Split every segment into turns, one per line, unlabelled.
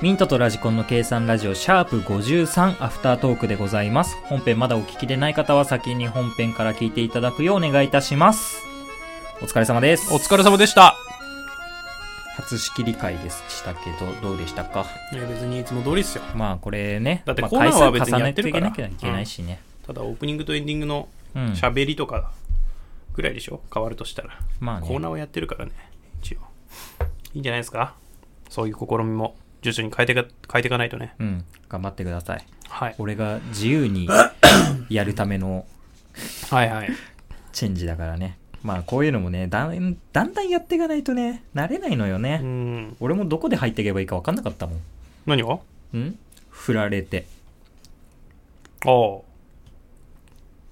ミントとラジコンの計算ラジオシャープ53アフタートークでございます。本編まだお聞きでない方は先に本編から聞いていただくようお願いいたします。お疲れ様です。
お疲れ様でした。
初仕切り会でしたけど、どうでしたか
いや、別にいつも通りっすよ。
まあこれね、
だって
まあ
コーナーは
回数
別にやってるから
重ねていかなきゃいけないしね。
ただ、オープニングとエンディングの
うん。
喋りとかぐらいでしょ変わるとしたら。
まあ
コー
ね。
ナーをやってるからね、一応。いいんじゃないですかそういう試みも、徐々に変えてか、変えていかないとね。
うん。頑張ってください。
はい。
俺が自由 にやるための
はいはい。
チェンジだからね。まあこういうのもね、だんだんだんやっていかないとね、慣れないのよね。
うん。
俺もどこで入っていけばいいか分かんなかったも
何を
ん。ん振られて。
ああ。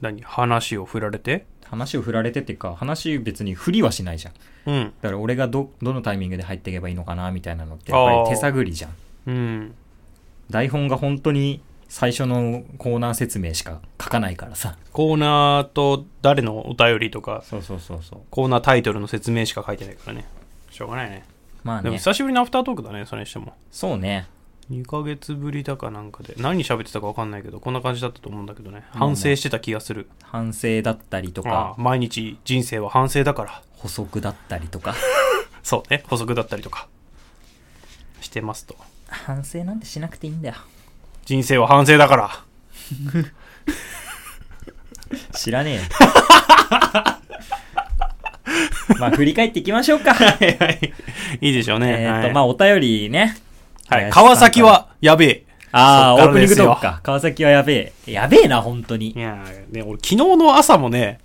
何話を振られて
話を振られてっていうか、話別に振りはしないじゃん。
うん。
だから俺がど、どのタイミングで入っていけばいいのかな、みたいなのって、やっぱり手探りじゃん。
うん。
台本が本当に最初のコーナー説明しか書かないからさ。
コーナーと誰のお便りとか、
そうそうそうそう。
コーナータイトルの説明しか書いてないからね。しょうがないね。
まあ
でも
ね。
久しぶりのアフタートークだね、それにしても。
そうね。
2ヶ月ぶりだかなんかで何喋ってたか分かんないけどこんな感じだったと思うんだけどね反省してた気がする、
反省だったりと
あ
か、
あ毎日人生は反省だから
補足だったりとか。
そうね補足だったりとかしてますと
反省なんてしなくていいんだよ。
人生は反省だから
知らねえよ。まあ振り返っていきましょうか。
はいはいいいでしょうね、
えっ
は
と、
い
まあお便りね。林さんか
はい
ら
川崎。はやべえ
あ
そ
あ、
っ
オー
か
プニ
らで
ング
すよ
トークか。川崎はやべえ。やべえな、本当
い
に。
やーね俺昨日の朝もね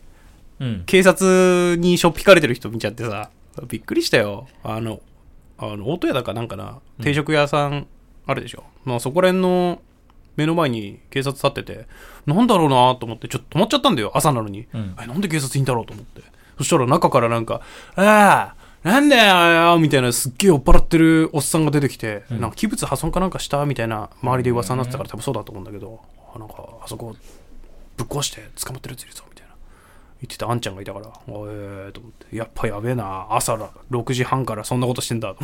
うん。
警察にしょっぴかれてる人見ちゃってさびっくりしたよあのあの大戸屋だかなんかな定食屋さんあるでしょ、まあ、そこら辺の目の前に警察立っててなんだろうなと思ってちょっと止まっちゃったんだよ朝なのに、
うん
えなんで警察いんだろうと思ってそしたら中からなんか「ああなんだよみたいなすっげえ酔っ払ってるおっさんが出てきて、なんか器物破損かなんかしたみたいな周りで噂になってたから多分そうだと思うんだけど、あなんかあそこぶっ壊して捕まってるやついるぞみたいな言ってたあんちゃんがいたから、おえーと思って、やっぱやべえな、朝ら6時半からそんなことしてんだと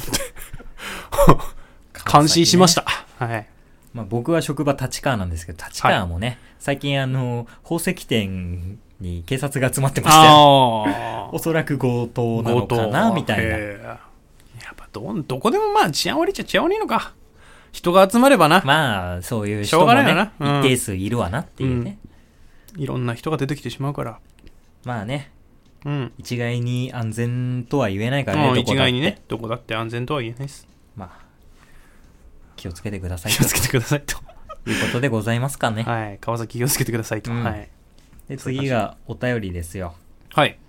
思って、感心しました。はい。
まあ、僕は職場立川なんですけど、立川もね、最近あの、宝石店に警察が集まってましたよ。
あ
おそらく強盗なのかな、みたいな。
やっぱどん、どこでもまあ治安悪いっちゃ治安悪いのか。人が集まればな、
まあ、そういう人
しょ
も
うがないよ
ね
な、うん
一定数いるわなっていうね。
いろんな人が出てきてしまうから。
まあね、
うん。
一概に安全とは言えないからね、
もう
どこだ
一
って
概にね、どこだって安全とは言えないです。
まあ、気をつけてください
気をつけてくださいと。
ということでございますかね。
はい。川崎気をつけてくださいと。
うん
はい。
で次がお便りですよ。
はい。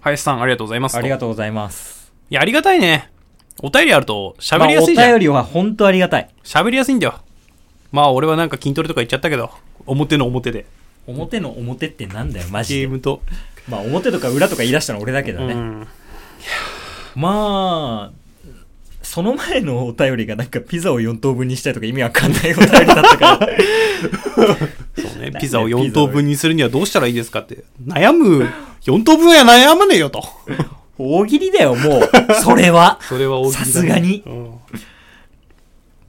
林さん、ありがとうございますと。
ありがとうございます。
いや、ありがたいね。お便りあると喋りやすいじ
ま
ゃ
あ
ん
お。便りは本当ありがたい。
喋りやすいんだよ。まあ俺はなんか筋トレとか言っちゃったけど、表の表で。
表の表ってなんだよ、マジ
ゲ
で
ー。ムと。
まあ表とか裏とか言い出したの俺だけどね、
うん
まあその前のお便りがなんかピザを4等分にしたいとか意味わかんないお便りだったから
そう
な
ね
ん、で
ピザを4等分にするにはどうしたらいいですかって。悩む、4等分は悩まねえよと。
大喜利だよもうそれは
それは大きい、
さすがに
うん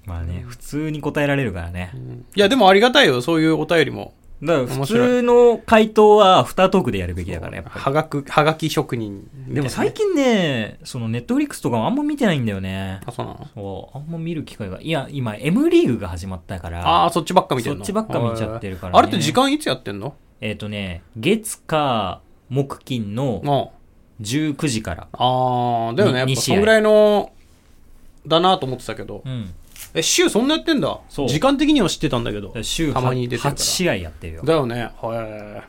まあね普通に答えられるからね
いや、でもありがたいよ、そういうお便りも。
だから普
面白
通の回答はアフタートークでやるべきだからやっぱ
はがく、はがき職人みたいなね。
でも最近ねそのネットフリックスとかもあんま見てないんだよね
あ、そうなの
そうあんま見る機会がいや今 M リーグが始まったから
ああ、そっちばっか見てんの
そっちばっか見ちゃってるからね
あれって時間いつやってんの
えっ、とね月火木金の
あ
19時から
あー、だよね。やっ
に
ぱ
に試合
そんぐらいの、だなと思ってたけど。
うん
え、週そんなやってんだ。
そう
時間的には知ってたんだけど。
週
たまに出てるから
8, 試合やってるよ
だよねはいは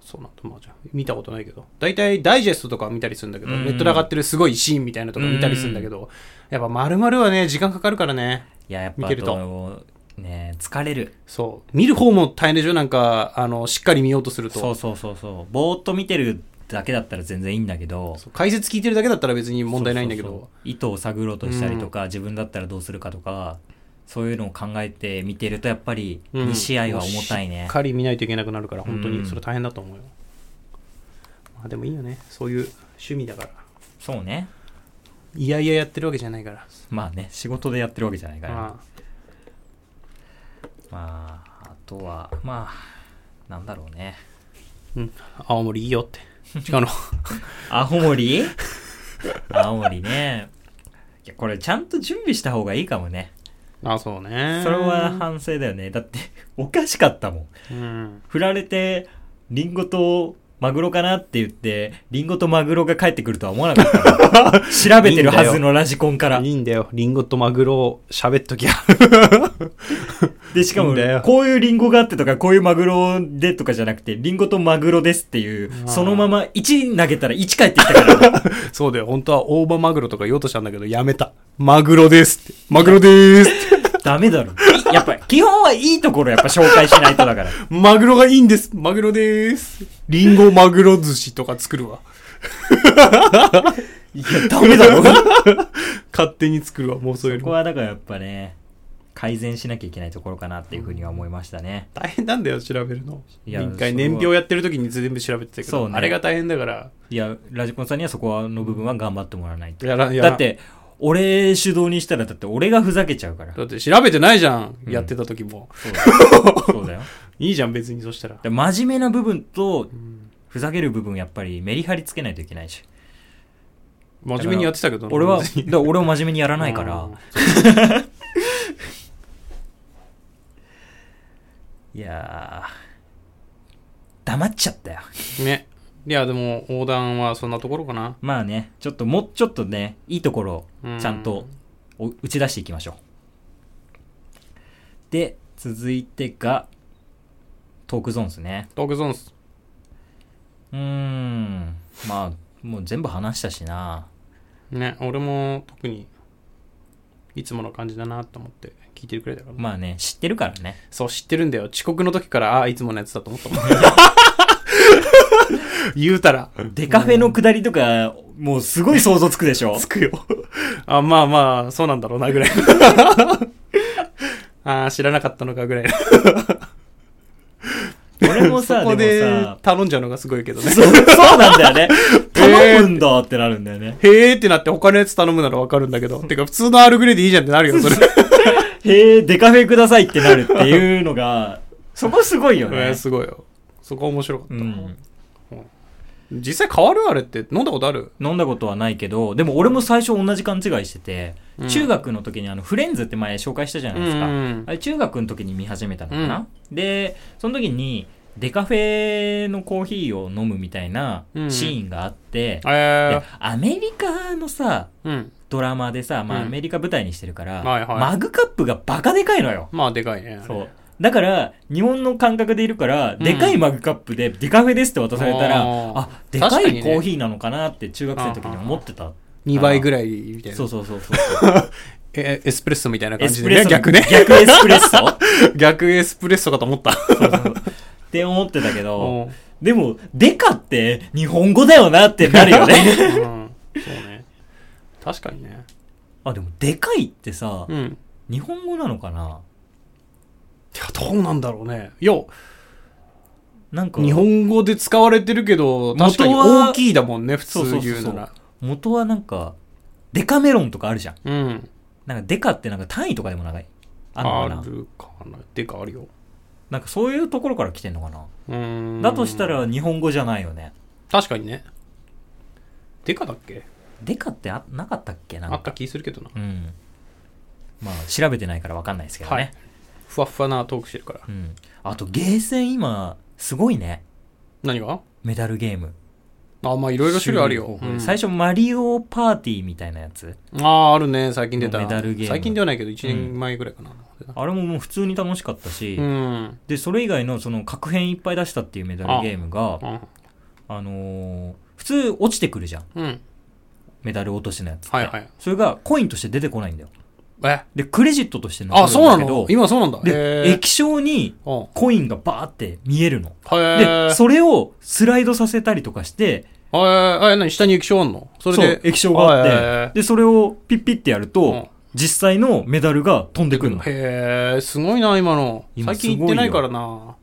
そうなんだまあじゃあ見たことないけど大体ダイジェストとか見たりするんだけど、
うん
ネットで上がってるすごいシーンみたいなとか見たりするんだけど、やっぱ丸々はね時間かかるからね
いややっぱ
見てると
とね疲れる
そう見る方も大変でしょなんかあのしっかり見ようとすると
そうそうそうそうぼーっと見てるだけだったら全然いいんだけど
そう解説聞いてるだけだったら別に問題ないんだけど
そうそうそう意図を探ろうとしたりとか、自分だったらどうするかとかそういうのを考えて見てるとやっぱり
うん
2試合は重たい
し
ね
っ、かり見ないといけなくなるから本当
う
に
ん
それ大変だと思うよ、まあ、でもいいよねそういう趣味だから
そうね
いやいややってるわけじゃないから
まあね仕事でやってるわけじゃないから、
あ
まああとはまあなんだろうね
あ青森いいよ って違うの
青森青森ねいやこれちゃんと準備した方がいいかもね
あそうね
それは反省だよねだっておかしかったもん
うん
振られてリンゴとマグロかなって言ってリンゴとマグロが帰ってくるとは思わなかった から調べてるはずのラジコンから
いいんだよリンゴとマグロを喋っときゃ
でしか
いい
も
んだよ
こういうリンゴがあってとかこういうマグロでとかじゃなくてリンゴとマグロですっていう
あー
そのまま1投げたら1返ってきたから
そうだよ本当は大葉マグロとか言おうとしたんだけどやめたマグロですってマグロですって
ダメだろやっぱ基本はいいところやっぱ紹介しないとだから
マグロがいいんですマグロですリンゴマグロ寿司とか作るわ
いやダメだ ろ
勝手に作るわもうそういう
そこ
の
はだからやっぱね改善しなきゃいけないところかなっていうふうには思いましたね
大変なんだよ調べるの
いや
一回
それは
年表やってる時に全部調べてたけ
そ
ど、
うね
あれが大変だから
いやラジコンさんにはそこの部分は頑張ってもらわないと
やらやら
だって俺主導にしたらだって俺がふざけちゃう から
だって調べてないじゃん、やってた時も
そうだよそうだよ
いいじゃん別にそしたら
で真面目な部分と
ん
ふざける部分やっぱりメリハリつけないといけないし
真面目にやってたけどな
俺はだ
別に
から俺を真面目にやらないか
う
ら
ん
いやー黙っちゃったよ
ねいやでも横断はそんなところかな
まあねちょっともうちょっとねいいところをちゃんとお打ち出していきましょうで続いてがトークゾーンですね
トークゾーンっす
うーんまあもう全部話したしな
ね俺も特にいつもの感じだなと思って聞いてるくらいだから、
まあね知ってるからね
そう知ってるんだよ遅刻の時からああいつものやつだと 思ったもん言うたら
デカフェの下りとかもうすごい想像つくでしょ
つくよ。あ、まあまあ、そうなんだろうな、ぐらい。あー知らなかったのか、ぐらい。
俺もさ
そこ
で
で
もさ
頼んじゃうのがすごいけどね。
そうそうなんだよね頼むんだってなるんだよ ね
へーってなって他のやつ頼むならわかるんだ けど。てか、普通のアールグレイでいいじゃんってなるよ、それ。
へえデカフェくださいってなるっていうのがそこすごいよ ね
えーすごいよ。そこは面白かった。
うん
実際変わるあれって飲んだことある
飲んだことはないけどでも俺も最初同じ勘違いしてて、
うん
中学の時にあのフレンズって前紹介したじゃないですか、あれ中学の時に見始めたのかな、でその時にデカフェのコーヒーを飲むみたいなシ
うん
ーンがあって、
え
でアメリカのさ
ー、うん。
ドラマでさ、まあ、
うん
アメリカ舞台にしてるから、
はいはい
マグカップがバカでかいのよ
まあ、でかいね。
そうだから日本の感覚でいるから、でかいマグカップで「デカフェです」って渡されたら
あー
あでか
確かに
い
ね
コーヒーなのかなって中学生の時に思ってた
2倍ぐらいみたいな。
そうそうそうそう
えエスプレッソみたいな
エ
感
ス
じ
プ
で
レッ
ね。
ソ
逆ね。
逆エスプレッソっ
逆エスプレッソかと思った。
て思ってたけど
うん
でも「デカ」って日本語だよなってなるよ ね
うんそうね。確かにね。
あでも「でかい」ってさ、
うん。い
日本語なのかな
や、どうなんだろうね。いや、
なんか
日本語で使われてるけど、確かに
元は
大きいだもんね、普
そうそ
通
うそう
言う
そ
な
う
ら。
元はなんかデカメロンとかあるじゃん
うん。
なんかデカってなんか単位とかでも長いあんのかな
あるかな。てかあるよ。
なんかそういうところから来てんのかな、
うーん。
だとした、ら日本語じゃないよね。
確かにね。でかだっけ
デカってあなかったっけなんか
あった気するけどな。
うん。まあ調べてないからわかんないですけどね。
はいふわっふわなトークしてるから。
うん。あとゲーセン今、すごいね。
何が
メダルゲーム。
あ、まあいろいろ種類あるよ。
種類
うん
最初マリオパーティーみたいなやつ。
ああ、あるね。最近出た。
メダルゲーム
最近ではないけど、1年前ぐらいかな。
あれももう普通に楽しかったし、
うん。
で、それ以外のその格変いっぱい出したっていうメダルゲームが、あ
うん。
のー普通落ちてくるじゃん。
うん。
メダル落としのやつって。
はいはい
それがコインとして出てこないんだよ。
え
で、クレジットとして残る
あ、
んだけ
そ
ど
うなの今そうなんだ。
で、
へー
液晶に
うん
コインがバーって見えるの。
へ
で、
え。
それをスライドさせたりとかして、
えー、え、何下に液晶あんのそれ
そう
で。、
液晶があ
へ
って、で、それをピッピッてやる
ー
と、実際のメダルが飛んでくるの。
へえすごいな今の
今
最近行ってないからな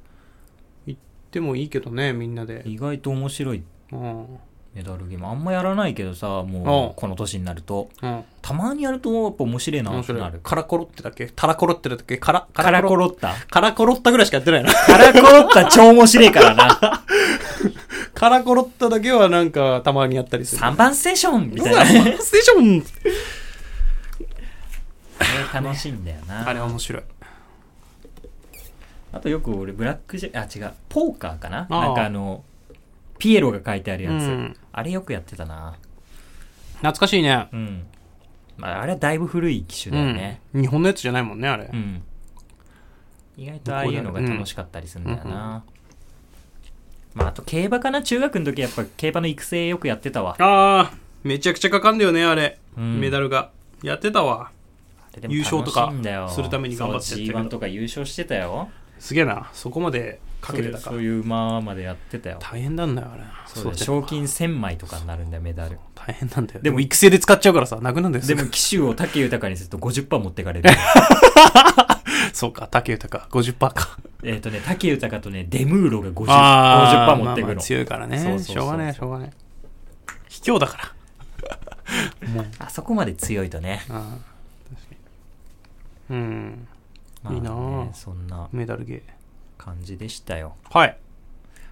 行ってもいいけどねみんなで、
意外と面白い
うん
メダルゲーム。あんまやらないけどさ、
う
も
ん
うこの年になると。
うん、
たまにやるとやっぱ面白いな
面
って
白
ないる。
カラコロってだっけタラコロってだっけカラ
カラコロ
ロ
った。
カラコロったぐらいしかやってな いな
カラコロった超面白いからな。
カラコロっただけはなんかたまにやったりする
3番ステーションみ
う
たい
わ
なね。
マステーション
あれ楽しいんだよ
あ
な。
れ面白い
あとよく俺ブラックジャあ、違う。ポーカーかな
ああ
なんかあの、ピエロが書いてあるや
う
つ
ん。
あれよくやってたな。
懐かしいね
うん。まあ、あれはだいぶ古い機種
う
だよ
ん
ね。
日本のやつじゃないもんねあれ、
うん。意外とああいうのが楽しかったりするんだよな。まあ、あと競馬かな中学の時やっぱ競馬の育成よくやってたわ。
ああめちゃくちゃかかんだよねあれ、
うん
メダルがやってたわ
あれでも
優勝とか
楽しいんだよ
するために頑張ってやってるけど
そう G1 とか優勝してたよ。
すげえなそこまでかけてたか
そういうそういう馬までやってたよ。
大変なんだよあれ
そうだよ
育てるの
賞金1000枚とかになるんだよ、メダル。
大変なんだよでも育成で使っちゃうからさなくなんだよ
でも、騎手を武豊にすると50%持ってかれる。
そうか、竹豊50%か。
えっとね、武豊とね、デムーロが 50%,
あ
50持
ー
ってく
まあ
る
まあ
の。
強いからね
そうそうそう
しょうがねえ、しょうがねえ。卑怯 だから。
あそこまで強いとね。
あー確かにうん、
まあね
いいなぁ
そんな
メダルゲー。
感じでしたよ。
はい。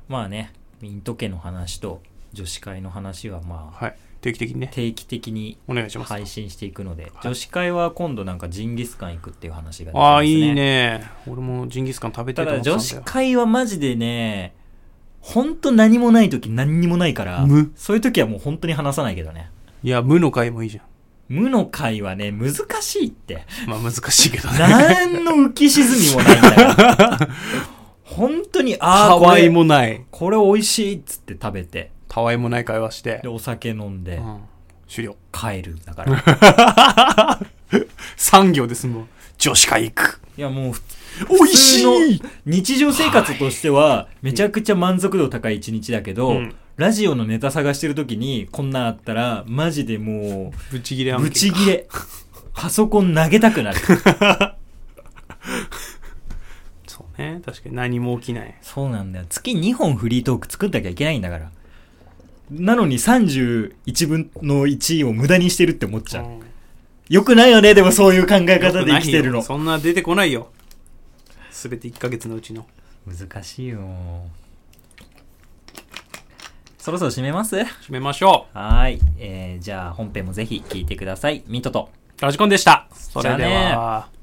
まあね、ミント家の話と女子会の話はまあ、
はい。定期的にね、
定期的に
お願いします。
配信していくので、女子会は今度なんかジンギスカン行くっていう話が出て
あ
ま
あ、
す
いいね。俺もジンギスカン食べた
ただ
いと思ってた
女
んだ
子
よ。
会はマジでね、ほんと何もない時何にもないから
無、
そういう時はもう本当に話さないけどね。
いや、無の会もいいじゃ
無の会はね、難しいって。
ん。まあ難しいけどね。
何の浮き沈みもないんだから。 本当に、 ああ、
た
こ
わい
れ、
もない。
これ美味しいっつって食べて、
たわいもない会話して
で、。お酒飲ん
う
で、
ん。終了。
帰るんだ から。
産業ですもん。女子会行く。
いやもう普
美味しい
普通の日常生活としてはめちゃくちゃ満足度高い一日だけど、
うん
ラジオのネタ探してる時にこんなんあったらマジでも
ブチギレ
う
案件
ブチギ レパソコン投げたくなる
そうね。確かに何も起きない。
そうなんだよ月2本フリートーク作んなきゃいけないんだからなのに31分の1を無駄にしてるって思っちゃう、
うん
よくないよねでもそういう考え方で生きてるの
そんな出てこないよすべて1ヶ月のうちの
難しいよそろそろ締めます
締めましょ
はい、えー、じゃあ本編もぜひ聞いてくださいミントと
うラジコンでしたそれで
じゃ
は